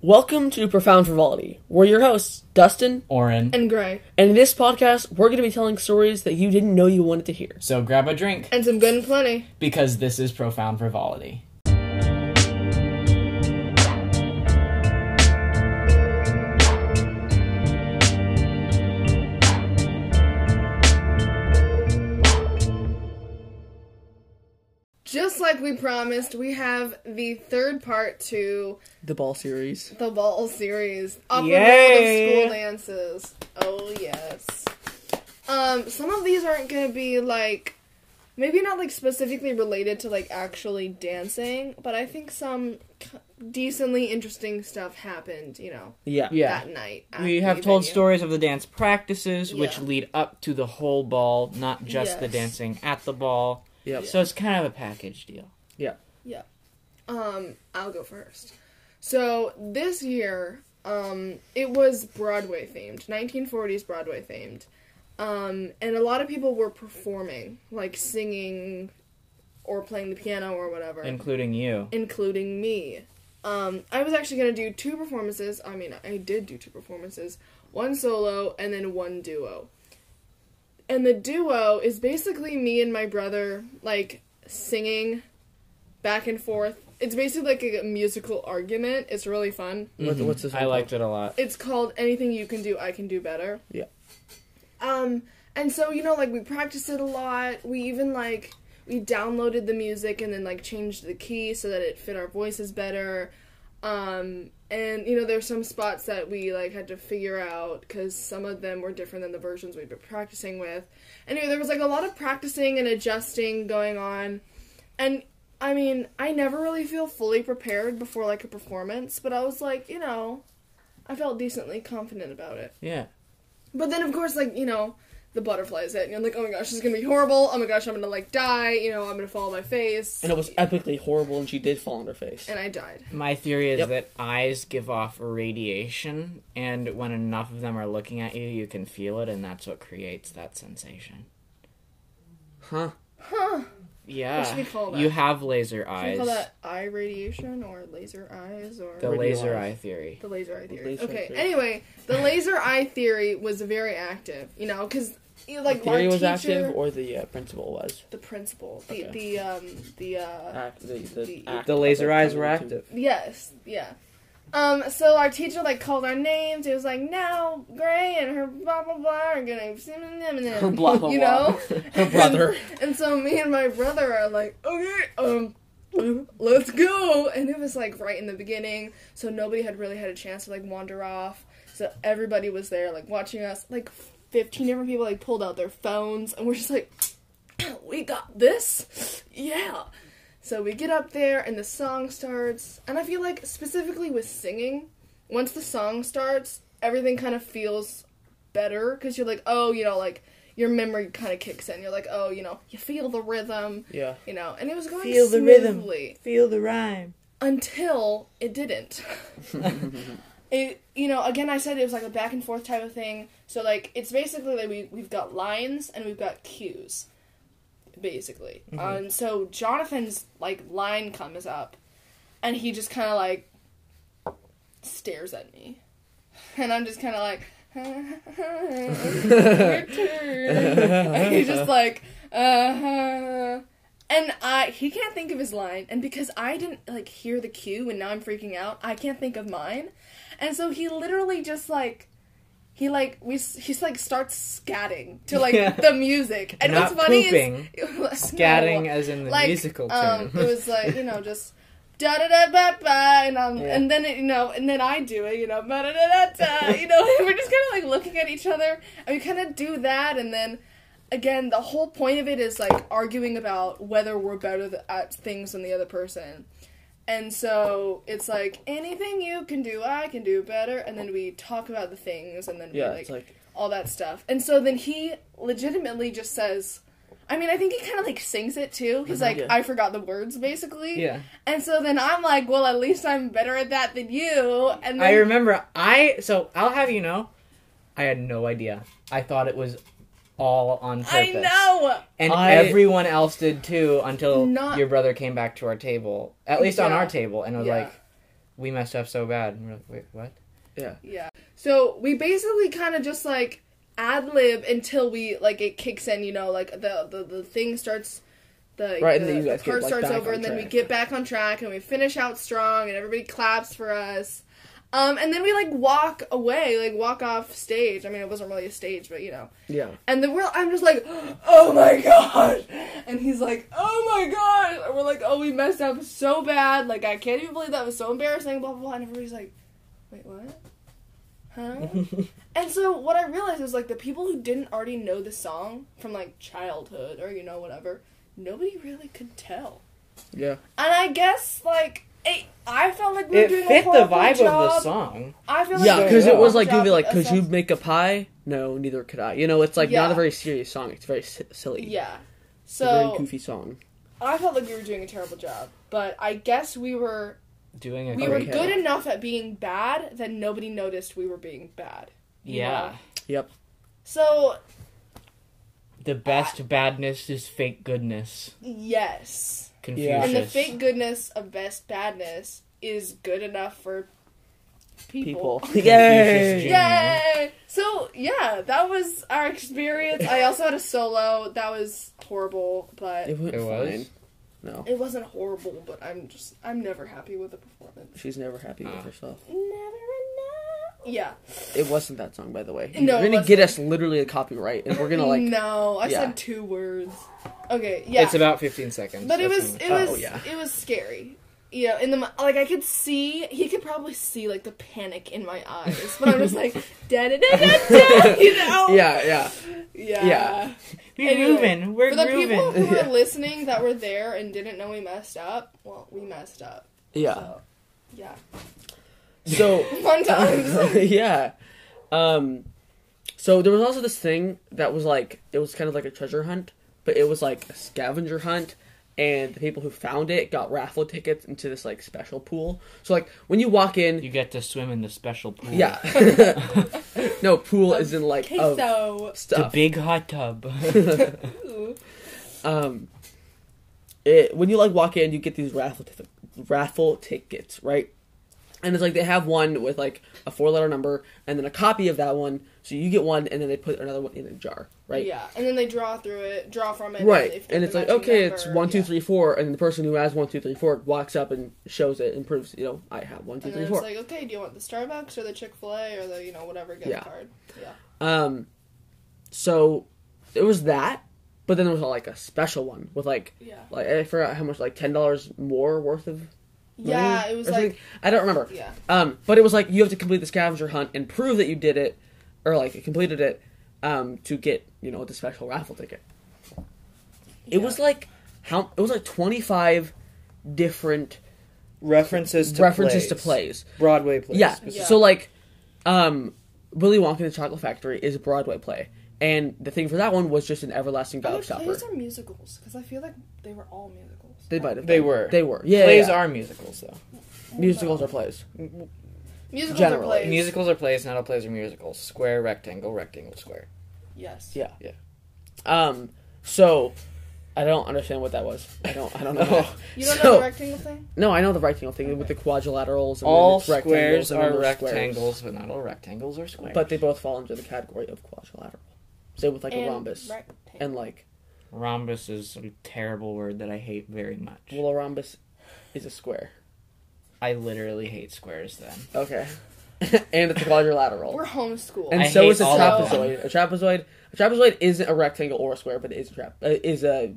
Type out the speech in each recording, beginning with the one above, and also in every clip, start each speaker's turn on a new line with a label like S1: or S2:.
S1: Welcome to Profound Frivolity. We're your hosts, Dustin,
S2: Oren.
S3: and gray
S1: and in this podcast, we're going to be telling stories that you didn't know you wanted to hear.
S2: So grab a drink
S3: and some good and plenty.
S2: because this is profound frivolity.
S3: Just like we promised, we have the third part to
S1: The Ball series.
S3: the ball series. Awkward
S1: Yay.
S3: World of school dances. Oh yes. Um, some of these aren't gonna be like maybe not like specifically related to like actually dancing, but I think some c- decently interesting stuff happened, you know,
S1: Yeah.
S2: Yeah.
S3: that night. at
S2: We
S3: the
S2: have told
S3: venue.
S2: stories of the dance practices, which
S3: Yeah.
S2: lead up to the whole ball, not just the
S3: Yes.
S2: dancing at the ball.
S1: Yep.
S2: So it's kind of a package deal.
S3: Um, I'll go first. So this year, um, it was Broadway themed, 1940s Broadway themed, um, and a lot of people were performing, like singing, or playing the piano or whatever,
S2: Including you.
S3: including me. Um, I was actually gonna do two performances. I mean, I did do two performances, one solo and then one duo. And the duo is basically me and my brother like singing back and forth. It's basically like a musical argument. It's really fun.
S1: What-
S2: Mhm.
S1: what's this
S2: I
S1: one
S2: liked it a lot.
S3: It's called Anything You Can Do, I Can Do Better.
S1: Yeah.
S3: Um, and so, you know, like we practiced it a lot. We even like we downloaded the music and then like changed the key so that it fit our voices better. Um, and you know, there's some spots that we like had to figure out because some of them were different than the versions we've been practicing with. Anyway, there was like a lot of practicing and adjusting going on. And I mean, I never really feel fully prepared before like a performance, but I was like, you know, I felt decently confident about it.
S2: Yeah.
S3: But then, of course, like, you know, the butterflies hit, and you're like, oh my gosh, this is gonna be horrible. Oh my gosh, I'm gonna, like, die. You know, I'm gonna fall on my face.
S1: And it was epically horrible, and she did fall on her face.
S3: And I died.
S2: My theory is
S1: Yep.
S2: that eyes give off radiation, and when enough of them are looking at you, you can feel it, and that's what creates that sensation.
S1: Huh?
S3: Huh.
S2: Yeah.
S3: should we call that?
S2: You have laser
S3: Should we
S2: eyes.
S3: call that eye radiation or laser eyes or
S2: The
S1: Radio
S2: laser
S1: eyes.
S2: eye theory.
S3: the laser eye theory?
S1: laser eye
S3: okay.
S1: theory.
S3: Anyway, the laser eye theory was very active. You know, because you know, like
S1: the theory
S3: our
S1: was
S3: teacher,
S1: active, or the uh, principal was?
S3: the principal, the
S1: Okay.
S3: the um the uh
S1: Act, the, the,
S3: The-
S1: act
S2: The laser
S1: of it
S2: eyes were
S1: coming to-
S2: active.
S3: Yes, yeah. Um, so our teacher like called our names. It was like now Gray and her blah blah blah are gonna
S1: Her blah, blah,
S3: you know
S1: blah. Her brother.
S3: And so me and my brother are like, okay, um, let's go. And it was like right in the beginning, so nobody had really had a chance to like wander off. So everybody was there, like watching us. Like fifteen different people like pulled out their phones, and we're just like, we got this, yeah. So we get up there, and the song starts. And I feel like specifically with singing, once the song starts, everything kind of feels better because you're like, oh, you know, like your memory kind of kicks in. You're like, oh, you know, you feel the rhythm,
S1: yeah.
S3: you know, and it was going
S2: Feel the rhythm.
S3: smoothly
S2: Feel the rhyme.
S3: until it didn't. it, you know, again, I said it was like a back and forth type of thing. So like, it's basically like we we've got lines and we've got cues, basically.
S2: Mm-hmm.
S3: Um, so Jonathan's like line comes up, and he just kind of like stares at me, and I'm just kind of like. Your turn. and he's just like, uh huh. And I, he can't think of his line, and because I didn't like hear the cue, and now I'm freaking out. I can't think of mine, and so he literally just like, he like we s- he's like starts scatting to like
S2: Yeah.
S3: the music, and
S2: Not
S3: what's funny
S2: pooping,
S3: is
S2: Scatting
S3: No.
S2: as in the
S3: like
S2: musical
S3: um,
S2: tune.
S3: it was like you know just. Da da da ba ba, and um,
S2: Yeah.
S3: and then it, you know, and then I do it, you know, ba da da da da, you know. we're just kind of like looking at each other, and we kind of do that, and then again, the whole point of it is like arguing about whether we're better th- at things than the other person. And so it's like anything you can do, I can do better. And then we talk about the things, and then
S1: Yeah,
S3: we,
S1: it's like,
S3: all that stuff. And so then he legitimately just says, I mean, I think he kind of like sings it too. He's
S1: Mhm,
S3: like,
S1: yeah.
S3: I forgot the words basically.
S2: Uh-huh. yeah.
S3: And so then I'm like, well, at least I'm better at that than you. And then
S2: I remember I so I'll have you know, I had no idea. I thought it was all on purpose.
S3: I know.
S2: And
S1: I-
S2: everyone else did too until
S3: Not-
S2: your brother came back to our table. At least on
S3: Yeah.
S2: our table and was
S3: Yeah.
S2: like, we messed up so bad. And we're like, wait, what?
S1: Yeah.
S3: Yeah. So we basically kind of just like ad lib until we like it kicks in. You know, like the the, the thing starts. The,
S1: Right, and
S3: the,
S1: then you
S3: the
S1: guys get,
S3: part
S1: like,
S3: starts
S1: back
S3: over,
S1: on
S3: and then we
S1: track.
S3: get back on track, and we finish out strong, and everybody claps for us. Um, and then we like walk away, like walk off stage. I mean, it wasn't really a stage, but you know.
S1: Yeah.
S3: And the real, I'm just like, oh my god! And he's like, oh my god! And we're like, oh, we messed up so bad. Like, I can't even believe that was so embarrassing, blah, blah, blah. And everybody's like, wait, what? Huh? and so what I realized was, like, the people who didn't already know the song from, like, childhood or, you know, whatever, nobody really could tell.
S1: Yeah.
S3: And I guess, like, it, I felt like we were
S2: It
S3: doing
S2: fit
S3: a
S2: the
S3: horrible
S2: vibe
S3: job.
S2: of the song.
S3: I feel like
S1: Yeah,
S3: we were
S1: because
S3: doing
S1: it
S3: a
S1: was
S3: horrible
S1: like you'd be
S3: job
S1: like,
S3: of
S1: could you
S3: assess-
S1: make a pie? No, neither could I. You know, it's like not
S3: Yeah.
S1: a very serious song. It's very si- silly.
S3: Yeah.
S1: It's a very
S3: So
S1: goofy song.
S3: I felt like we were doing a terrible job, but I guess we were
S2: Doing a
S3: we were
S1: Okay.
S3: good enough at being bad that nobody noticed we were being bad. you
S2: Yeah.
S3: know?
S1: Yep.
S3: So
S2: The best badness is fake goodness.
S3: yes,
S2: Confucius.
S3: and the fake goodness of best badness is good enough for people.
S1: People.
S2: Yay!
S1: Yay!
S3: Yay! So yeah, that was our experience. I also had a solo that was horrible, but
S1: It went
S2: It was?
S1: fine. No,
S3: it wasn't horrible. But I'm just I'm never happy with the performance.
S1: she's never happy with
S2: Ah.
S1: herself.
S3: Never enough. Yeah.
S1: It wasn't that song, by the way.
S3: No, it
S1: You're gonna
S3: wasn't.
S1: get us literally a copyright, and we're gonna like.
S3: no i
S1: yeah.
S3: said two words okay yeah
S2: It's about 15 seconds.
S3: but it
S2: That's
S3: was
S2: not
S3: it
S1: Oh,
S3: was
S1: yeah.
S3: it was scary you know in the mo- like i could see he could probably see like the panic in my eyes but i'm just like da da da da da you know
S1: Yeah, yeah.
S3: yeah
S1: yeah.
S2: We're
S3: Anyway,
S2: moving. We're
S3: for the
S2: grooving.
S3: people who
S1: Yeah.
S3: were listening that were there and didn't know we messed up well we messed up
S1: Yeah.
S3: so yeah
S1: So
S3: fun times
S1: yeah. Um so there was also this thing that was like it was kind of like a treasure hunt, but it was like a scavenger hunt and the people who found it got raffle tickets into this like special pool. So like when you walk in
S2: You get to swim in the special pool.
S1: Yeah. no, pool is in like
S3: okay
S1: of
S3: so
S2: The
S1: stuff.
S2: big hot tub.
S3: ooh.
S1: um it, when you like walk in, you get these raffle tif- raffle tickets, right? And it's like they have one with like a four letter number and then a copy of that one. So you get one and then they put another one in a jar, right?
S3: yeah and then they draw through it draw from it
S1: Right.
S3: they fit
S1: And
S3: the
S1: it's like,
S3: matching
S1: okay, it's
S3: number.
S1: one, two,
S3: Yeah.
S1: three, four, and the person who has one, two, three, four walks up and shows it and proves, you know, I have one, two,
S3: And then
S1: three,
S3: it's
S1: four.
S3: like, okay, do you want the Starbucks or the Chick Fil A or the you know whatever gift
S1: Yeah.
S3: card? Yeah.
S1: Um, so it was that, but then there was like a special one with like,
S3: Yeah.
S1: like I forgot how much, like ten dollars more worth of.
S3: Yeah,
S1: money
S3: it was
S1: or something.
S3: like
S1: I don't remember.
S3: yeah.
S1: Um, but it was like you have to complete the scavenger hunt and prove that you did it, or like you completed it, um, to get you know the special raffle ticket. It was like how it was like twenty five different
S4: references to
S1: references
S4: plays.
S1: to plays.
S4: Broadway plays.
S1: Yeah.
S3: Yeah.
S1: So like, um, Willy Wonka and the Chocolate Factory is a Broadway play, and the thing for that one was just an everlasting
S3: I would
S1: gobstopper.
S3: plays are musicals because I feel like they were all musicals.
S1: They might have.
S4: They
S1: been.
S4: were.
S1: They were. Yeah.
S4: plays
S1: yeah.
S4: are musicals though.
S1: musicals are plays.
S3: musicals
S1: generally.
S3: are plays.
S4: Musicals are plays, not all plays are musicals. Square, rectangle, rectangle, square.
S3: Yes.
S1: Yeah.
S4: Yeah.
S1: Um. So, I don't understand what that was. I don't. I don't know.
S3: You don't
S1: So-
S3: know the rectangle thing?
S1: No, I know the rectangle thing with the quadrilaterals. And
S4: All
S1: then it's rectangles
S4: squares
S1: and then
S4: are
S1: there's squares.
S4: rectangles, but not all rectangles are squares.
S1: but they both fall into the category of quadrilateral. Same with like a rhombus
S3: Rectangle.
S1: and like
S2: Rhombus is a terrible word that I hate very much.
S1: well, a rhombus is a square.
S2: I literally hate squares then.
S1: Okay. and it's a quadrilateral.
S3: we're homeschooled.
S1: And
S2: I
S1: so
S2: hate
S1: is a
S2: all
S3: of them.
S1: trapezoid. A trapezoid. A trapezoid isn't a rectangle or a square, but it is a trap. Uh, is a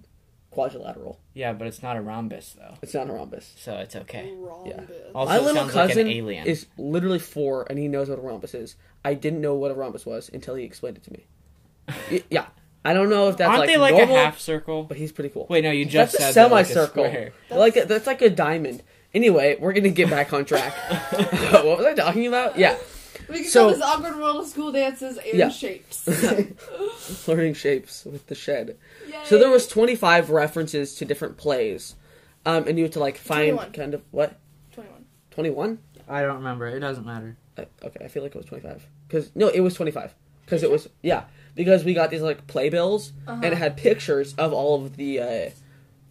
S1: quadrilateral.
S2: Yeah, but it's not a rhombus though.
S1: It's not a rhombus.
S2: So it's okay.
S3: Rhombus.
S2: Also,
S1: My
S2: it
S1: little
S2: sounds like an
S1: cousin
S2: alien.
S1: is literally four, and he knows what a rhombus is. I didn't know what a rhombus was until he explained it to me. Y- yeah, I don't know if that's
S2: Aren't
S1: like
S2: they like
S1: normal,
S2: a half circle?
S1: but he's pretty cool.
S2: Wait, no, you just
S1: that's a
S2: said that, like, a
S1: semicircle.
S2: square.
S1: Like a, that's like a diamond. Anyway, we're gonna get back on track. what was I talking about? Yeah,
S3: We can
S1: so-
S3: call this awkward world of school dances and
S1: Yeah.
S3: shapes.
S1: learning shapes with the shed.
S3: Yay.
S1: So there was 25 references to different plays, um, and you had to like find
S3: 21.
S1: kind of what
S3: 21.
S1: 21.
S2: I don't remember. It doesn't matter.
S1: Uh, okay, I feel like it was 25. Because, no, it was 25. Because it was, yeah. Because we
S5: Uh-huh.
S1: got these, like, playbills, and it had pictures of all of the, uh,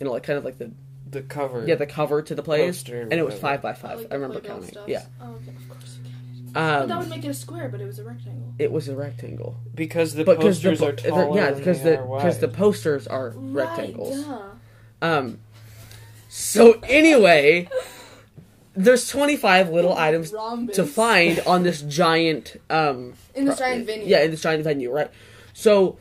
S1: you know, like, kind of like the
S4: the cover.
S1: yeah the cover to the plays,
S4: Poster,
S1: and it was
S4: whatever.
S1: five by five.
S5: like
S1: I
S5: the
S1: remember
S5: playground
S1: counting.
S5: stuff.
S1: Yeah,
S5: Oh, okay, of course you can. But that would
S1: um,
S5: make it a square, but it was a rectangle.
S1: it was a rectangle,
S4: because the
S1: but because the
S4: posters
S1: po-
S4: are
S1: the-
S4: taller.
S1: yeah
S4: because
S1: because the because the posters are rectangles.
S5: Right, duh.
S1: Um. So anyway, there's 25 little items
S5: Rhombus.
S1: to find on this giant um
S3: In this giant venue.
S1: yeah in this giant venue right so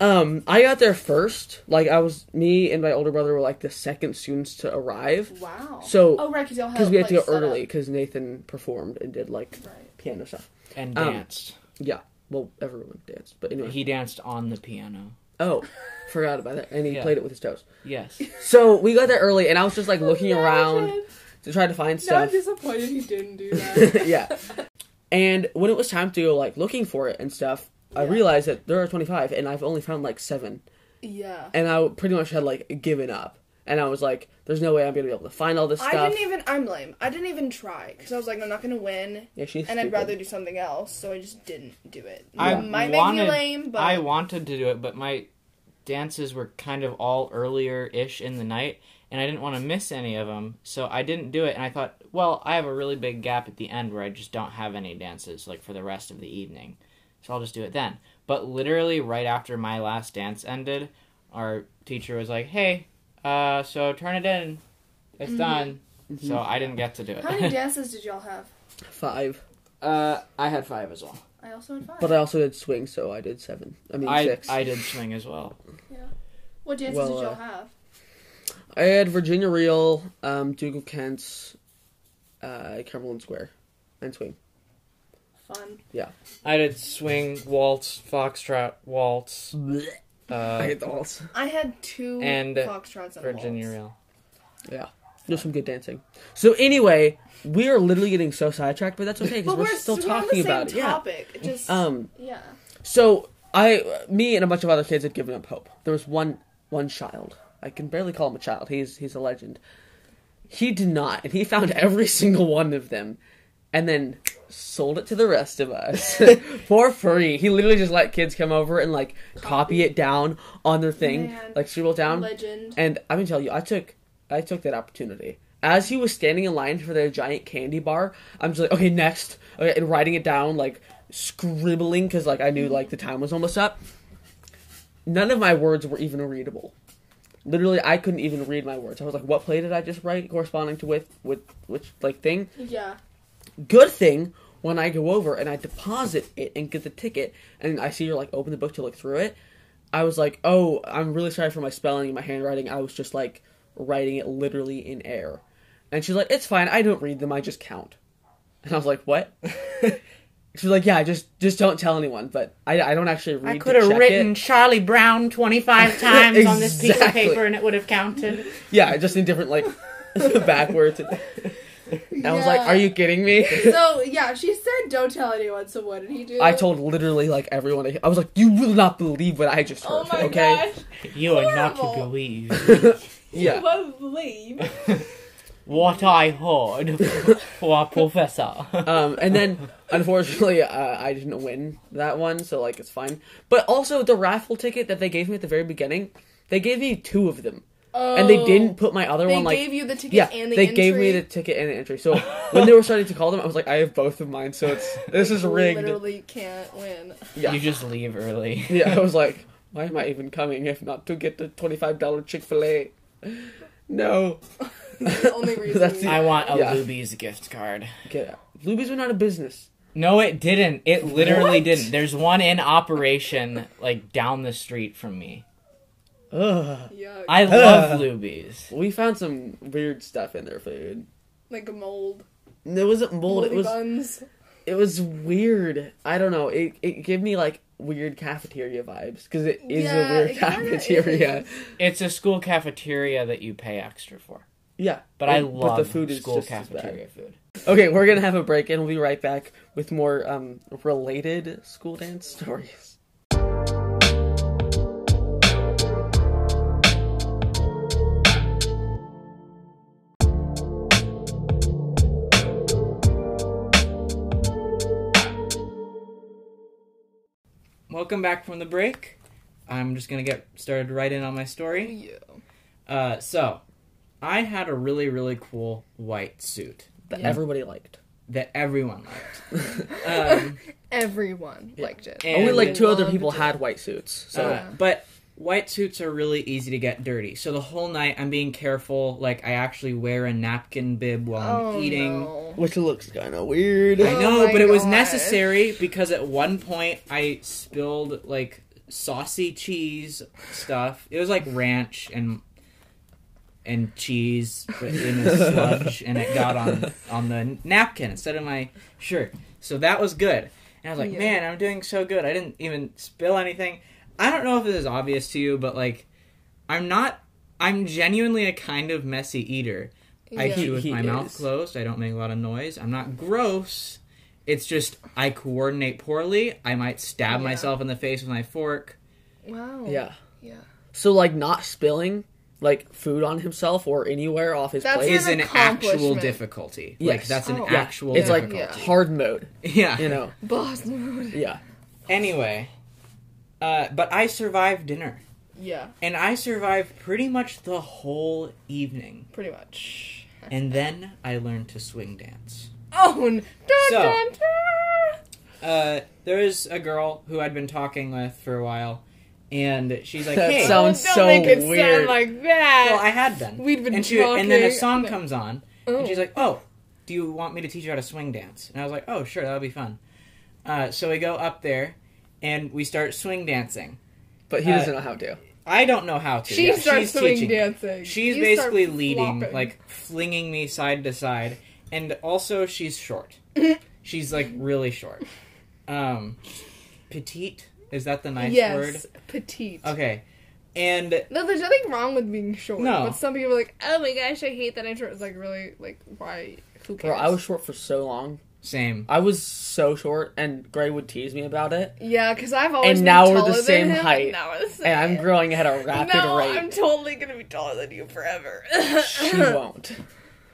S1: um i got there first like i was me and my older brother were like the second students to arrive
S3: Wow.
S1: So-
S3: oh right, because y'all
S1: because
S3: have
S1: we had to go
S3: like, set
S1: early
S3: up.
S1: because nathan performed and did like
S3: Right.
S1: piano stuff
S2: and
S1: Um,
S2: danced.
S1: yeah well everyone danced but anyway
S2: He danced on the piano.
S1: oh forgot about that and he
S2: Yeah.
S1: played it with his toes
S2: Yes.
S1: so we got there early and i was just
S3: Oh,
S1: like looking around
S5: Imagine.
S1: to try to find
S5: Now I'm
S1: stuff
S5: disappointed he didn't do that.
S1: yeah. And when it was time to go like looking for it and stuff, I
S3: Yeah.
S1: realized that there are 25 and I've only found like 7.
S3: Yeah.
S1: And I pretty much had like given up. And I was like there's no way I'm going to be able to find all this stuff.
S3: I didn't even. I'm lame. I didn't even try because I was like, I'm not gonna win,
S1: yeah, she's
S3: and I'd
S1: stupid.
S3: rather do something else. So I just didn't do it.
S2: I
S3: It might make
S2: wanted-
S3: me lame, but
S2: I wanted to do it, but my dances were kind of all earlier ish in the night, and I didn't want to miss any of them, so I didn't do it. And I thought, well, I have a really big gap at the end where I just don't have any dances like for the rest of the evening, so I'll just do it then. But literally right after my last dance ended, our teacher was like, "Hey, uh, so turn it in, it's done." So I didn't get to do
S3: Mm-hmm. how many
S2: it.
S3: dances did y'all have?
S1: 5.
S2: uh, I had five as well.
S3: I also had five.
S1: But uh, I also did swing so I did 7. I mean
S2: I
S1: 6.
S2: I did swing as well.
S5: what dances
S1: Well,
S5: did y'all
S1: uh,
S5: have?
S1: I had Virginia Reel, um Duke of Kent's uh Cumberland Square and swing.
S5: Fun.
S4: I did swing, waltz, foxtrot, waltz,
S1: I
S4: uh,
S1: hate the waltz.
S3: I had two
S4: And, uh,
S3: foxtrots and
S4: Virginia
S3: waltz.
S4: reel.
S2: uh,
S1: There's some good dancing. So anyway, we are literally getting so sidetracked, but that's okay because
S3: But
S1: we're,
S3: we're
S1: still
S3: we're on the
S1: talking
S3: same
S1: about it. Yeah.
S3: topic. It just
S1: Um
S5: Yeah.
S1: So I, me, and a bunch of other kids had given up hope. There was one one child. I can barely call him a child. He's he's a legend. He did not, and he found every single one of them, and then sold it to the rest of us for free. He literally just let kids come over and like copy, it down on their thing,
S5: Man.
S1: like scribble it down.
S5: Legend.
S1: um, And I'm gonna tell you, I took I took that opportunity. As he was standing in line for their giant candy bar, I'm just like, okay, next, okay, and writing it down, like scribbling, because like I knew like the time was almost up. None of my words were even readable. Literally, I couldn't even read my words. I was like, what play did I just write corresponding to with with which like thing?
S5: Yeah.
S1: good thing when I go over and I deposit it and get the ticket and I see her like open the book to look through it, I was like, oh, I'm really sorry for my spelling and my handwriting. I was just like writing it literally in air. And she's like, it's fine. I don't read them. I just count. And I was like, what? she's like, yeah, just just don't tell anyone. But I, I don't actually read.
S2: I
S1: to
S2: could have
S1: check
S2: written
S1: It.
S2: Charlie Brown 25 times on this piece of
S1: Exactly.
S2: paper and it would have counted.
S1: Yeah, just in different like backwards. And I was like,
S5: Yeah.
S1: are you kidding me?
S5: So yeah, she said don't tell anyone. So what did he do?
S1: I told literally like everyone. I- I was like, you will not believe what I just heard.
S5: Oh my
S1: okay.
S5: gosh!
S2: You are not to
S5: Horrible.
S2: believe
S5: You
S1: Yeah.
S5: won't believe.
S2: what I heard for Professor.
S1: Um, and then unfortunately, uh, I didn't win that one, so like it's fine. But also the raffle ticket that they gave me at the very beginning, they gave me two of them,
S3: oh,
S1: and they didn't put my other
S3: They
S1: one like.
S3: gave you the ticket
S1: yeah,
S3: and the
S1: they
S3: entry.
S1: gave me the ticket and the entry. So when they were starting to call them, I was like, I have both of mine, so it's this is rigged.
S3: Literally can't win.
S1: Yeah.
S2: You just leave early.
S1: Yeah, I was like, why am I even coming if not to get the twenty five dollar Chick fil A? No,
S3: The only reason.
S1: That's the-
S2: I want a
S1: Yeah.
S2: Luby's gift card.
S1: get out. Luby's went out of business.
S2: No, it didn't. It literally
S1: What?
S2: didn't. There's one in operation, like down the street from me.
S1: Ugh.
S3: Yuck.
S2: I love Luby's.
S1: We found some weird stuff in their food.
S3: like a mold.
S1: It wasn't mold.
S3: Moldy
S1: It was
S3: buns.
S1: it was weird. I don't know. It it gave me like weird cafeteria vibes because it is
S3: Yeah,
S1: a weird
S3: it kinda
S1: cafeteria.
S3: is.
S2: It's a school cafeteria that you pay extra for.
S1: Yeah,
S2: But I
S1: And-
S2: love school
S1: just as bad.
S2: cafeteria food.
S1: Okay, we're gonna have a break and we'll be right back with more um related school dance stories.
S2: Welcome back from the break. I'm just gonna get started right in on my story.
S3: Yeah.
S2: Uh, so, I had a really really cool white suit
S1: that everybody liked.
S2: that everyone liked. Um,
S3: Everyone
S1: Yeah.
S3: liked it.
S2: And-
S1: Only like two other
S3: Loved
S1: people
S3: it.
S1: had white suits. So
S2: Uh, but white suits are really easy to get dirty. So the whole night I'm being careful. Like I actually wear a napkin bib while
S3: Oh,
S2: I'm eating.
S3: no.
S1: which looks kind of weird.
S2: I know,
S3: Oh my
S2: but it was
S3: gosh.
S2: necessary because at one point I spilled like saucy cheese stuff. It was like ranch and and cheese in a sludge, and it got on on the napkin instead of my shirt. So that was good. And I was like,
S3: Yeah.
S2: man, I'm doing so good. I didn't even spill anything. I don't know if this is obvious to you, but like, I'm not. I'm genuinely a kind of messy eater. I
S3: Yeah.
S2: chew with
S1: He
S2: my mouth
S1: is.
S2: closed. I don't make a lot of noise. I'm not gross. It's just I coordinate poorly. I might stab
S3: Yeah.
S2: myself in the face with my fork.
S3: Wow.
S1: Yeah.
S3: Yeah.
S1: So like not spilling like food on himself or anywhere off his
S3: That's
S1: plate
S2: Is
S1: is
S3: an
S2: an actual
S3: accomplishment.
S2: difficulty. Like
S1: Yes.
S2: that's an
S3: Oh. Yeah.
S2: actual.
S1: it's like
S2: difficulty.
S3: Yeah.
S1: hard mode.
S2: yeah.
S1: You know.
S3: Boss mode.
S1: Yeah.
S2: Anyway, uh, but I survived dinner,
S3: Yeah,
S2: and I survived pretty much the whole evening.
S3: pretty much.
S2: And then I learned to swing dance.
S3: Oh, n- dun,
S2: So-
S3: dun, dun.
S2: Uh, there is a girl who I'd been talking with for a while, and she's like,
S1: That
S2: "Hey,
S1: sounds
S3: don't
S1: so
S3: make it sound
S1: weird.
S3: like that.
S2: Well, I had been.
S3: We'd been
S2: and she, And then a
S3: talking.
S2: song comes on,
S3: oh.
S2: and she's like, "Oh, do you want me to teach you how to swing dance?" And I was like, "Oh, sure, that'll be fun." Uh, so we go up there, and we start swing dancing.
S1: But he
S2: Uh,
S1: doesn't know how to.
S2: I don't know how to.
S3: she
S2: Yeah,
S3: starts
S2: she's
S3: swing
S2: teaching.
S3: dancing.
S2: She's
S3: You start
S2: basically leading,
S3: flopping.
S2: like flinging me side to side, and also she's short. she's like really short. Um, petite is that the nice
S3: yes,
S2: word?
S3: petite.
S2: Okay, and
S3: No, there's nothing wrong with being short.
S2: No.
S3: But some people are like, oh my gosh, I hate that I'm short. It's like, really, like, why? Who cares?
S1: Bro, I was short for so long.
S2: same.
S1: I was so short, and Gray would tease me about it.
S3: Yeah, because I've always
S1: And
S3: been
S1: now we're the
S3: taller than
S1: same
S3: him, and
S1: height.
S3: now we're the same.
S1: And I'm growing at a rapid
S3: no,
S1: rate.
S3: I'm totally gonna be taller than you forever.
S1: She won't.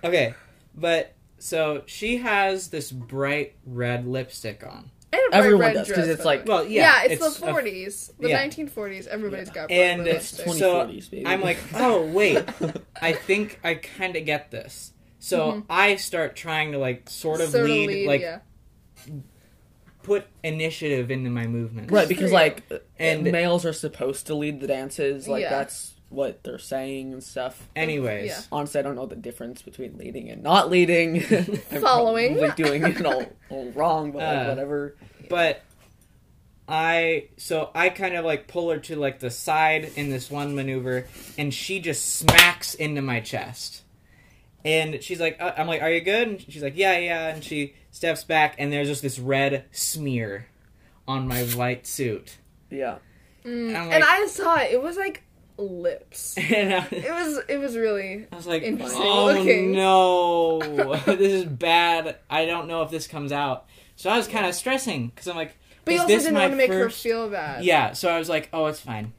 S2: Okay, but so she has this bright red lipstick on.
S3: And a bright
S1: Everyone
S3: red
S1: does
S3: dress,
S1: because it's
S3: by the
S1: like
S3: way.
S2: Well,
S3: yeah,
S2: yeah,
S3: it's,
S2: a-
S3: the 40s, the
S2: yeah.
S3: 1940s. Everybody's got bright
S2: And
S3: red
S2: it's
S3: lipstick.
S1: 2040s,
S2: So,
S1: baby.
S2: I'm like, oh wait, I think I kind of get this. So I start trying to like sort of
S3: Mm-hmm. Sort of
S2: lead, like
S3: yeah.
S2: put initiative into my movements.
S1: right because like
S2: And-
S1: and males are supposed to lead the dances. Like
S3: Yeah.
S1: that's what they're saying and stuff.
S2: Anyways,
S3: Yeah.
S1: Honestly, I don't know the difference between leading and not leading. I'm
S3: Following.
S1: probably doing it all, all wrong, but like,
S2: Uh,
S1: whatever.
S2: but I so I kind of like pull her to like the side in this one maneuver, and she just smacks into my chest. And she's like, uh, I'm like, are you good? And she's like, yeah, yeah. And she steps back, and there's just this red smear on my white suit.
S1: Yeah.
S2: And I'm like,
S3: Mm. and I saw it. It was like lips.
S2: and I,
S3: It was. It was really.
S2: I was like,
S3: Interesting
S2: oh
S3: looking."
S2: no, this is bad. I don't know if this comes out. So I was kind of stressing because I'm like,
S3: But
S2: is
S3: you also
S2: this
S3: didn't
S2: my
S3: want to make
S2: first?
S3: her feel bad.
S2: Yeah, so I was like, oh, it's fine.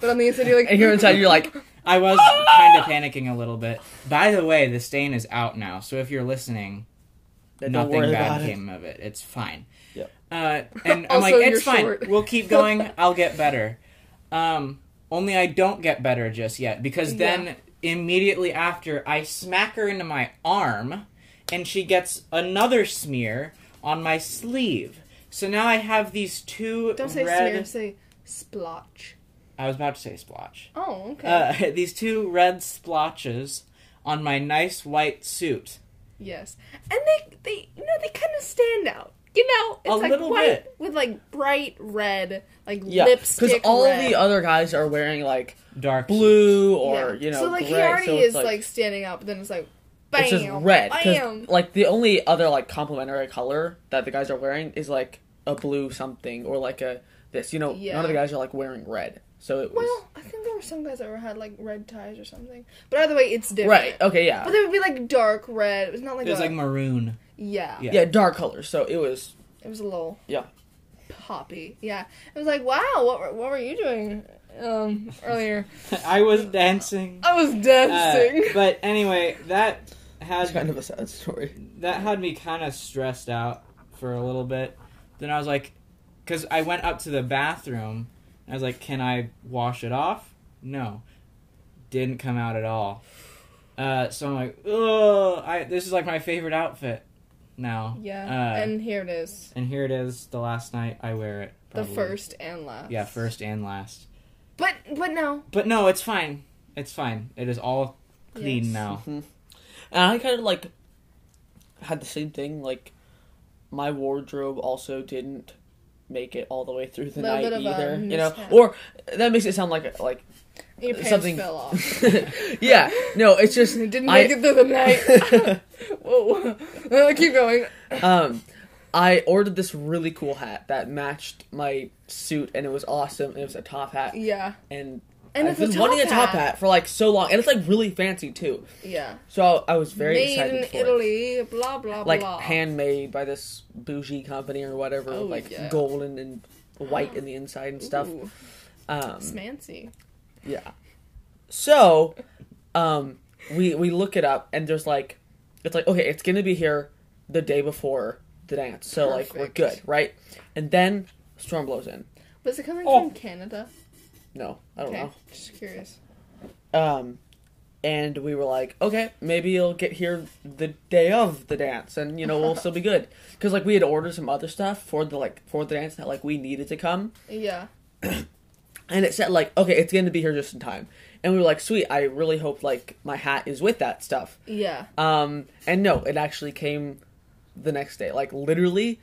S3: But on the inside, you're like.
S1: And here inside, you're like,
S2: I was kind of panicking a little bit. By the way, the stain is out now, so if you're listening,
S1: "Don't
S2: nothing
S1: worry
S2: bad
S1: about it."
S2: came of it. It's fine.
S1: Yep.
S2: Uh, and I'm
S3: Also,
S2: like,
S3: you're
S2: it's fine.
S3: short."
S2: We'll keep going. I'll get better. Um, only I don't get better just yet because then immediately after I smack her into my arm, and she gets another smear on my sleeve. So now I have these 2
S3: Don't say
S2: red.
S3: smear. Say splotch.
S2: I was about to say splotch
S3: Oh,
S2: uh,
S3: okay.
S2: these two red splotches on my nice white suit.
S3: yes. And they, they, you know, they kind of stand out. You know, it's
S2: A
S3: like
S2: little
S3: white with like bright red, like
S1: Yeah,
S3: lipstick.
S1: because all
S3: red.
S1: the other guys are wearing like
S2: Dark
S1: blue or
S3: Yeah.
S1: you know
S3: so like
S1: gray.
S3: he already
S1: so
S3: is
S1: it's,
S3: like, standing up, but then it's like, bam,
S1: it's just red. 'cause,
S3: bam.
S1: like the only other like complementary color that the guys are wearing is like a blue something or like a this. You know, none
S3: Yeah.
S1: of the guys are like wearing red. So it was
S3: Well, I think there were some guys that were, had like red ties or something. But either way, it's different.
S1: right. Okay,
S3: But
S1: yeah,
S3: they would be like dark red. It was not like
S2: It was
S3: a
S2: like maroon.
S3: yeah,
S2: Yeah.
S1: yeah, dark colors. So it was
S3: It was a little
S1: Yeah.
S3: poppy. Yeah. It was like wow. What were, what were you doing um earlier?
S2: I was dancing.
S3: I was dancing.
S2: Uh, but anyway, that had
S1: kind of a sad story.
S2: that had me kind of stressed out for a little bit. Then I was like, because I went up to the bathroom. I was like, can I wash it off? No, didn't come out at all. Uh, so I'm like, oh, I this is like my favorite outfit now.
S3: Yeah.
S2: Uh,
S3: and here it is.
S2: and here it is, the last night I wear it. probably.
S3: The first and last.
S2: Yeah, first and last.
S3: But but no.
S2: But no, it's fine. It's fine. It is all clean
S3: Yes.
S2: now.
S1: Mm-hmm. And I kind of like had the same thing. Like my wardrobe also didn't make it all the way through the
S3: Little
S1: night
S3: bit of a
S1: either. you know,
S3: mishap.
S1: or that makes it sound like like
S3: Your pants
S1: Something-
S3: fell off.
S1: yeah. No, it's just
S3: It didn't
S1: I-
S3: make it through the night. Whoa. Uh, keep going.
S1: um I ordered this really cool hat that matched my suit and it was awesome. It was a top hat
S3: Yeah.
S1: and,
S3: And
S1: I've
S3: it's a
S1: been
S3: top
S1: wanting a top
S3: hat.
S1: hat for like so long and it's like really fancy too.
S3: Yeah.
S1: So I was very
S3: Made
S1: excited
S3: in
S1: for it.
S3: Italy, blah blah
S1: like
S3: blah.
S1: handmade by this bougie company or whatever,
S3: Oh,
S1: like
S3: yeah.
S1: golden and white in the inside and stuff.
S3: Ooh,
S1: Um,
S3: it's fancy.
S1: yeah. So, um, we we look it up and there's like, it's like okay, it's gonna be here the day before the dance, so like we're good,
S3: Perfect.
S1: right? And then storm blows in.
S3: Was it coming
S1: Oh.
S3: from Canada?
S1: No, I don't
S3: okay. Just curious.
S1: know. Um, and we were like, okay, maybe it'll get here the day of the dance, and you know we'll still be good because like we had ordered some other stuff for the like for the dance that like we needed to come.
S3: Yeah.
S1: and it said like okay it's gonna be here just in time and we were like sweet i really hope like my hat is with that stuff
S3: Yeah.
S1: um and no it actually came the next day like literally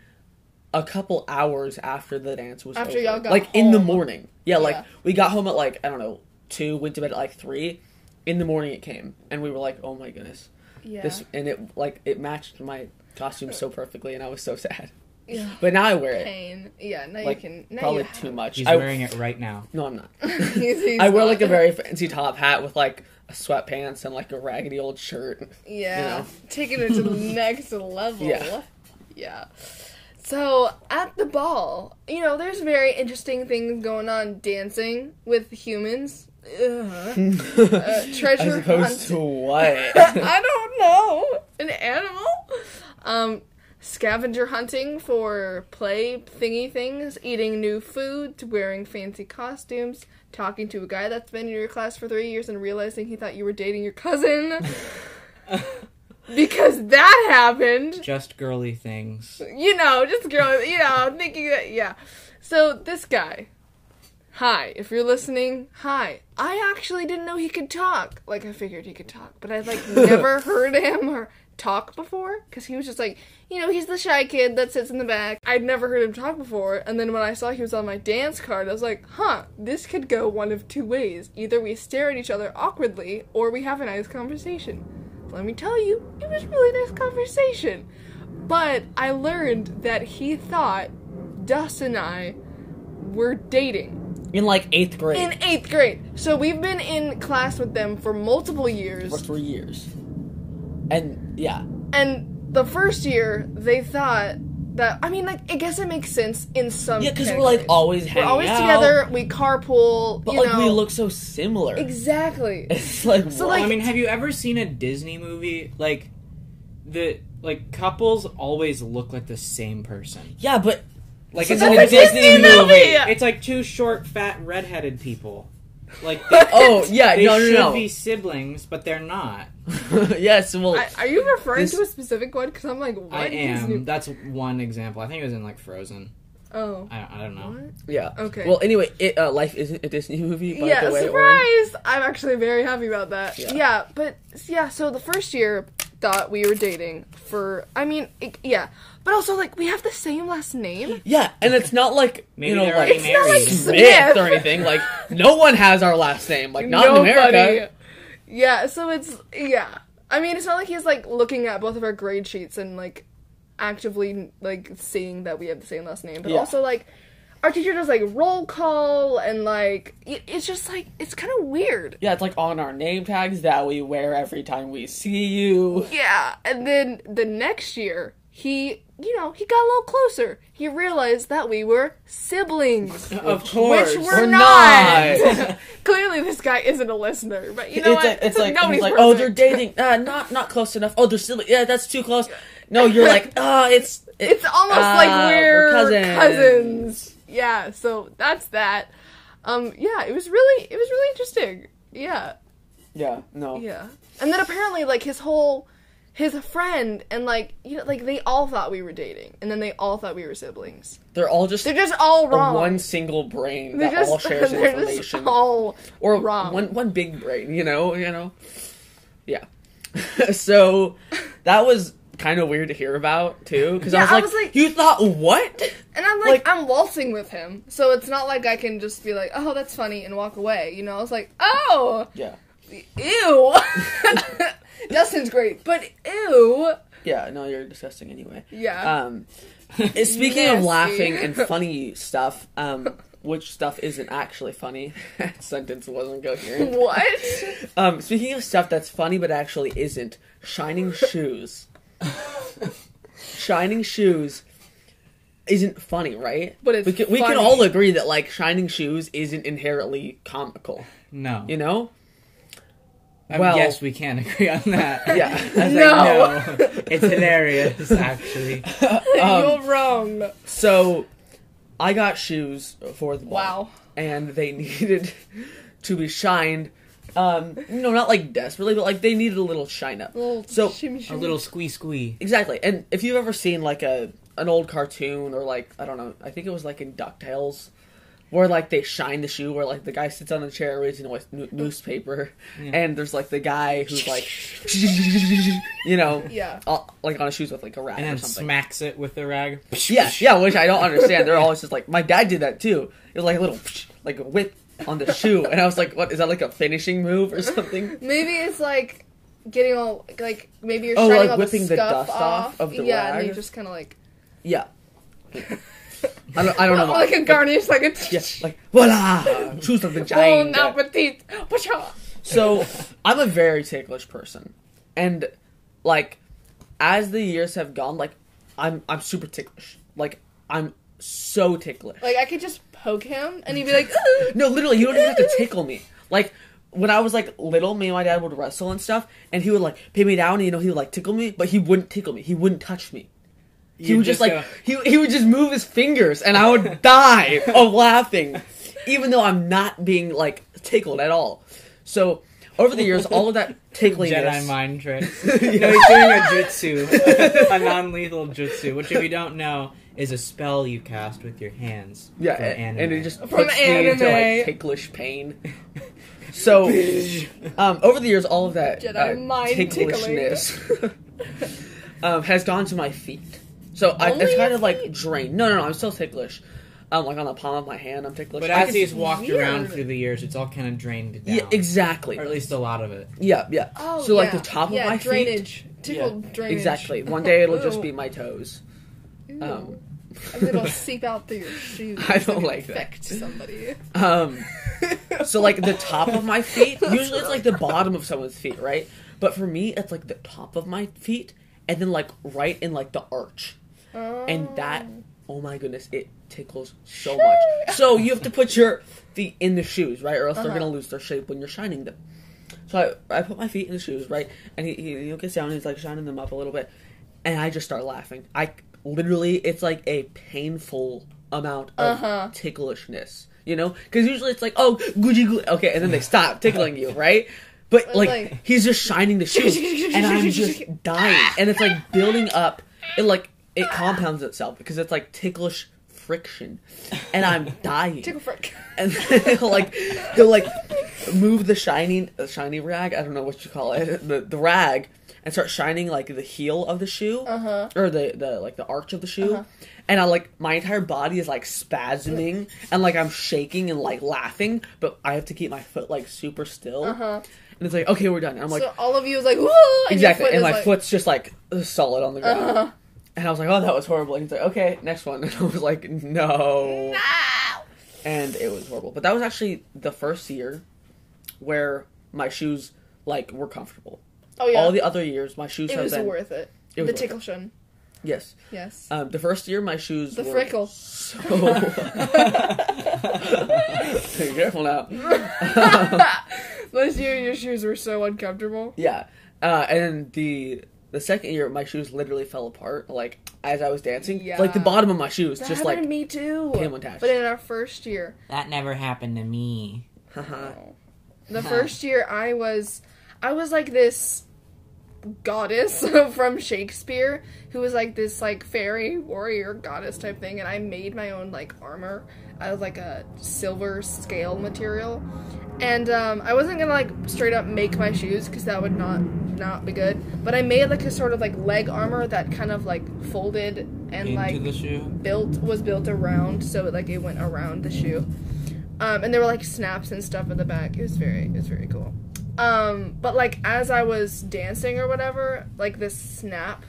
S1: a couple hours after the dance was
S3: After
S1: over.
S3: y'all got
S1: like in the
S3: home.
S1: morning yeah,
S3: Yeah.
S1: like we got home at like i don't know two went to bed at like three in the morning it came and we were like oh my goodness
S3: Yeah.
S1: this and it like it matched my costume so perfectly and i was so sad
S3: yeah.
S1: but now i wear it
S3: Pain. Yeah. Now
S1: like
S3: you can. Now
S1: probably
S3: you have.
S1: too much
S2: He's
S1: I-
S2: wearing it right now.
S1: no i'm not
S3: He's- he's
S1: I wear
S3: not-
S1: like a very fancy top hat with like a sweatpants and like a raggedy old shirt.
S3: Yeah.
S1: you know.
S3: Taking it to the next level.
S1: Yeah.
S3: Yeah. So at the ball, you know, there's very interesting things going on dancing with humans. Ugh. Uh, treasure
S1: As opposed
S3: hunt.
S1: to what?
S3: I don't know. An animal? Um, scavenger hunting for play thingy things, eating new food, wearing fancy costumes, talking to a guy that's been in your class for three years and realizing he thought you were dating your cousin. because that happened.
S2: Just girly things.
S3: You know, just girl, you know, thinking that, yeah. So this guy. Hi, if you're listening, hi. I actually didn't know he could talk. Like I figured he could talk, but I like never heard him or talk before cuz he was just like, you know, he's the shy kid that sits in the back. I'd never heard him talk before, and then when I saw he was on my dance card, I was like, "Huh, this could go one of two ways. Either we stare at each other awkwardly or we have a nice conversation." Let me tell you, it was really nice conversation. But I learned that he thought Dust and I were dating
S1: in like eighth grade
S3: in eighth grade. So we've been in class with them for multiple
S1: for
S3: years.
S1: three years, and yeah,
S3: And the first year, they thought that I mean, like I guess it makes sense in some.
S1: yeah, because we're
S3: categories.
S1: like always
S3: we're
S1: hanging
S3: always
S1: out,
S3: together. We carpool.
S1: but
S3: you
S1: like
S3: know.
S1: we look so similar.
S3: exactly.
S1: It's like
S3: So,
S1: what?
S2: I
S3: like-
S2: mean, have you ever seen a Disney movie like the like couples always look like the same person?
S1: yeah, but
S2: Like
S1: So
S2: it's
S1: that's
S2: in
S1: a
S2: a Disney,
S3: Disney
S2: movie.
S3: movie!
S2: It's like two short, fat, redheaded people. Like they,
S1: oh yeah,
S2: they
S1: no
S2: should
S1: no
S2: be siblings, but they're not.
S1: no. yes, well,
S3: I, are you referring
S1: This-
S3: to a specific one? Because I'm like, what
S2: I
S3: is
S2: am.
S3: new-
S2: That's one example. I think it was in like Frozen.
S3: Oh.
S2: I don't, I don't know.
S3: What?
S1: yeah.
S3: Okay.
S1: Well, anyway, it uh, life isn't a Disney movie. By
S3: yeah,
S1: the way, Oren.
S3: surprise! I'm actually very happy about that. Yeah.
S1: Yeah.
S3: but yeah, so the first year thought we were dating for. I mean, it, yeah, but also like we have the same last name.
S1: Yeah, and it's not like
S2: Maybe
S1: you know
S2: they're
S1: like
S2: already married.
S3: It's not like
S1: Smith
S3: Smith.
S1: or anything. Like no one has our last name. Like not in America.
S3: Yeah, so it's yeah. I mean, it's not like he's like looking at both of our grade sheets and like actively like seeing that we have the same last name, but
S1: Yeah.
S3: also like our teacher does like roll call and like it, it's just like it's kind of weird.
S1: Yeah, it's like on our name tags that we wear every time we see you.
S3: Yeah, and then the next year, he, you know, he got a little closer. He realized that we were siblings,
S2: Of
S3: which
S2: course.
S3: we're,
S1: We're
S3: not.
S1: not.
S3: Clearly, this guy isn't a listener, but you know
S1: it's
S3: what?
S1: like it's like,
S3: nobody's
S1: it's like oh
S3: perfect.
S1: they're dating. Uh, not not close enough. Oh they're still yeah that's too close. No, you're like uh it's it-
S3: It's almost
S1: uh,
S3: like we're, cousins.
S1: cousins.
S3: Yeah, so that's that. Um, yeah, it was really, it was really interesting. Yeah,
S1: Yeah, no.
S3: yeah. And then apparently, like his whole his friend and like you know, like they all thought we were dating, and then they all thought we were siblings.
S1: They're all just
S3: They're just all
S1: a
S3: wrong.
S1: one single brain
S3: they're
S1: that
S3: just
S1: all shares
S3: they're
S1: information,
S3: just all
S1: or
S3: wrong.
S1: one one big brain. You know, you know, yeah. so that was kind of weird to hear about too, because
S3: Yeah,
S1: I, was
S3: I
S1: like,
S3: was like-
S1: you thought what?
S3: And I'm
S1: Like-
S3: like, I'm waltzing with him, so it's not like I can just be like, oh, that's funny, and walk away. You know, I was like, oh,
S1: Yeah,
S3: ew. Dustin's great, but ew.
S1: yeah. No, you're disgusting anyway.
S3: Yeah.
S1: Um, speaking of
S3: Nasty.
S1: laughing and funny stuff, um, which stuff isn't actually funny? that sentence wasn't coherent.
S3: what?
S1: Um, speaking of stuff that's funny but actually isn't, shining shoes. shining shoes isn't funny, right?
S3: But it's
S1: we can, we can
S3: funny.
S1: all agree that like shining shoes isn't inherently comical,
S2: No.
S1: you know?
S2: I mean,
S1: well-
S2: yes, we can agree on that.
S1: Yeah.
S2: I was
S3: No.
S2: like, no. It's hilarious, actually.
S1: Um,
S3: You're wrong.
S1: so I got shoes for the ball.
S3: Wow.
S1: and they needed to be shined. Um, no, not like desperately, but like they needed a little shine up. so
S2: A little squee squee.
S1: exactly. And if you've ever seen like a an old cartoon or like I don't know, I think it was like in Ducktales, where like they shine the shoe, where like the guy sits on a chair reading a wa- nu- newspaper, and there's like the guy who's like, you know,
S3: Yeah.
S1: uh, like on his shoes with like a rat
S2: And
S1: or
S2: then
S1: something.
S2: smacks it with the rag.
S1: Yeah, yeah, which I don't understand. They're always just like, my dad did that too. It was like a little, like a whip on the shoe, and I was like, what is that like a finishing move or something?
S3: Maybe it's like getting all like maybe you're
S1: Oh,
S3: shining
S1: like
S3: all
S1: whipping
S3: the
S1: the
S3: scuff
S1: dust
S3: off.
S1: off of the
S3: yeah, and
S1: rag?
S3: you just kind of like
S1: Yeah, I don't, I don't know.
S3: like a garnish, like a
S1: yeah, like voila, shoes of the
S3: oh,
S1: giant. uh,
S3: now petite. Pacha.
S1: So I'm a very ticklish person, and like as the years have gone, like I'm I'm super ticklish. Like I'm so ticklish.
S3: Like I could just poke him, and he'd be like, "Ugh."
S1: No, literally, you don't even have to tickle me. Like when I was like little, me and my dad would wrestle and stuff, and he would like pin me down, and you know he would like tickle me, but he wouldn't tickle me. He wouldn't touch me. He
S2: You'd
S1: would just,
S2: just uh,
S1: like he he would just move his fingers, and I would die of laughing, even though I'm not being like tickled at all. So over the years, all of that
S2: Jedi
S1: tickliness.
S2: mind tricks. No, he's doing a jutsu, a non-lethal jutsu, which, if you don't know, is a spell you cast with your hands.
S1: yeah,
S2: from
S1: and, and
S2: anime.
S1: it just puts
S3: From
S1: me into
S3: anime.
S1: like ticklish pain. So um, over the years, all of that uh,
S3: Jedi mind
S1: ticklishness um, has gone to my feet. So I,
S3: Only
S1: it's kind of like drained. No, no, no. I'm still ticklish. Um, like on the palm of my hand, I'm ticklish.
S2: But
S1: I
S2: as
S1: can-
S2: he's walked around
S3: weird.
S2: through the years, it's all kind of drained down.
S1: yeah, exactly.
S2: Or at least a lot of it.
S1: Yeah, yeah.
S3: Oh,
S1: so like
S3: yeah.
S1: the top
S3: yeah,
S1: of my feet.
S3: drainage, tickled drainage.
S1: Exactly. One day it'll
S3: Ew.
S1: just be my toes. Um,
S3: and it'll seep out through your shoes.
S1: I don't
S3: and
S1: like that.
S3: infect somebody.
S1: um, so like the top of my feet. Usually it's like the bottom of someone's feet, right? But for me, it's like the top of my feet, and then like right in like the arch. and
S3: Um,
S1: that oh my goodness it tickles so much so you have to put your feet in the shoes right or else they're
S3: Uh-huh.
S1: gonna lose their shape when you're shining them so i, I put my feet in the shoes right and he, he, he gets down and he's like shining them up a little bit and i just start laughing i literally it's like a painful amount of
S3: Uh-huh.
S1: ticklishness you know because usually it's like oh gucci goo okay and then they stop tickling you right but
S3: But,
S1: like,
S3: like-
S1: he's just shining the shoes and i'm just dying and it's like building up it like it compounds itself because it's like ticklish friction and i'm dying
S3: Tickle frick.
S1: and they'll like they'll like move the shiny uh, shiny rag i don't know what you call it the, the rag and start shining like the heel of the shoe
S3: Uh-huh.
S1: or the, the like the arch of the shoe and i like my entire body is like spasming and like i'm shaking and like laughing but i have to keep my foot like super still
S3: Uh-huh.
S1: and it's like okay we're done and i'm like
S3: so all of you is like, whoa! And your
S1: exactly
S3: foot
S1: and
S3: is
S1: my
S3: like,
S1: foot's just like solid on the ground
S3: Uh-huh.
S1: and i was like oh that was horrible and he's like okay next one and i was like no
S3: "Ow!"
S1: and it was horrible. But that was actually the first year where my shoes like were comfortable.
S3: Oh yeah.
S1: All the other years, my shoes
S3: it
S1: have
S3: was
S1: been
S3: worth it.
S1: It was
S3: the
S1: worth
S3: tickle shun.
S1: yes.
S3: Yes.
S1: Um, the first year, my shoes
S3: the
S1: were
S3: frickle.
S1: so. Be careful now.
S3: Last year your shoes were so uncomfortable.
S1: Yeah, uh, and the the second year, my shoes literally fell apart. Like as I was dancing,
S3: Yeah.
S1: like the bottom of my shoes
S3: That
S1: just
S3: happened to
S1: like.
S3: me too.
S1: pin one attached.
S3: But in our first year,
S1: Uh-huh.
S2: That never happened to me.
S1: haha.
S3: the first year I was I was like this goddess from Shakespeare who was like this like fairy warrior goddess type thing and I made my own like armor out of like a silver scale material. And um, I wasn't gonna like straight up make my shoes because that would not not be good. But I made like a sort of like leg armor that kind of like folded and
S2: Into
S3: like
S2: the shoe.
S3: built was built around, so like it went around the shoe. Um, and there were like snaps and stuff in the back. It was very it was very cool. Um, but like as I was dancing or whatever, like this snap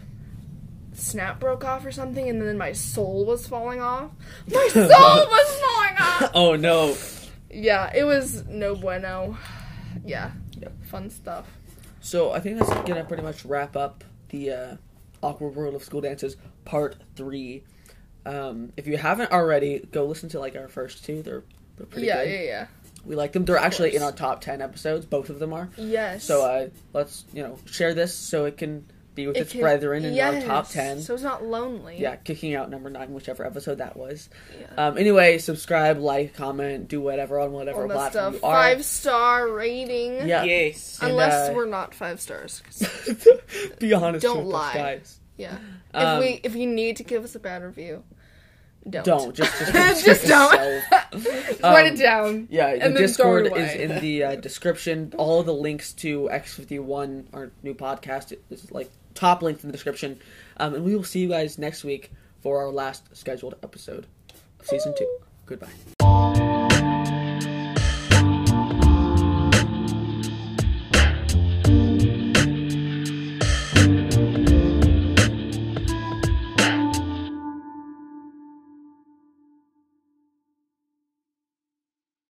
S3: snap broke off or something and then my soul was falling off. My soul was falling off.
S1: Oh no.
S3: Yeah, it was no bueno. Yeah. Fun stuff.
S1: So I think that's gonna pretty much wrap up the uh, awkward world of school dances part three. Um, if you haven't already, go listen to like our first two. They're they're pretty
S3: yeah,
S1: good.
S3: yeah, yeah.
S1: We like them. They're actually in
S3: course.
S1: our top ten episodes. Both of them are.
S3: Yes.
S1: So uh, let's you know share this so it can be with
S3: It
S1: its
S3: can-
S1: brethren in our top
S3: yes,
S1: ten.
S3: So it's not lonely.
S1: yeah, kicking out number nine, whichever episode that was.
S3: Yeah.
S1: Um, anyway, subscribe, like, comment, do whatever on whatever
S3: All that
S1: platform
S3: stuff.
S1: you are.
S3: Five star rating.
S1: Yeah.
S2: Yes.
S1: And,
S3: Unless
S1: uh,
S3: we're not five stars. 'cause-
S1: Be honest
S3: Don't
S1: with
S3: lie.
S1: us, guys.
S3: Yeah.
S1: Um,
S3: if we if you need to give us a bad review, don't.
S1: Don't just just,
S3: Just don't.
S1: yourself.
S3: Write
S1: Um,
S3: it down.
S1: Yeah, the
S3: then throw it
S1: Discord
S3: away.
S1: is in the uh, description. All of the links to X51, our new podcast, is like top linked in the description. Um, and we will see you guys next week for our last scheduled episode of season two. Goodbye.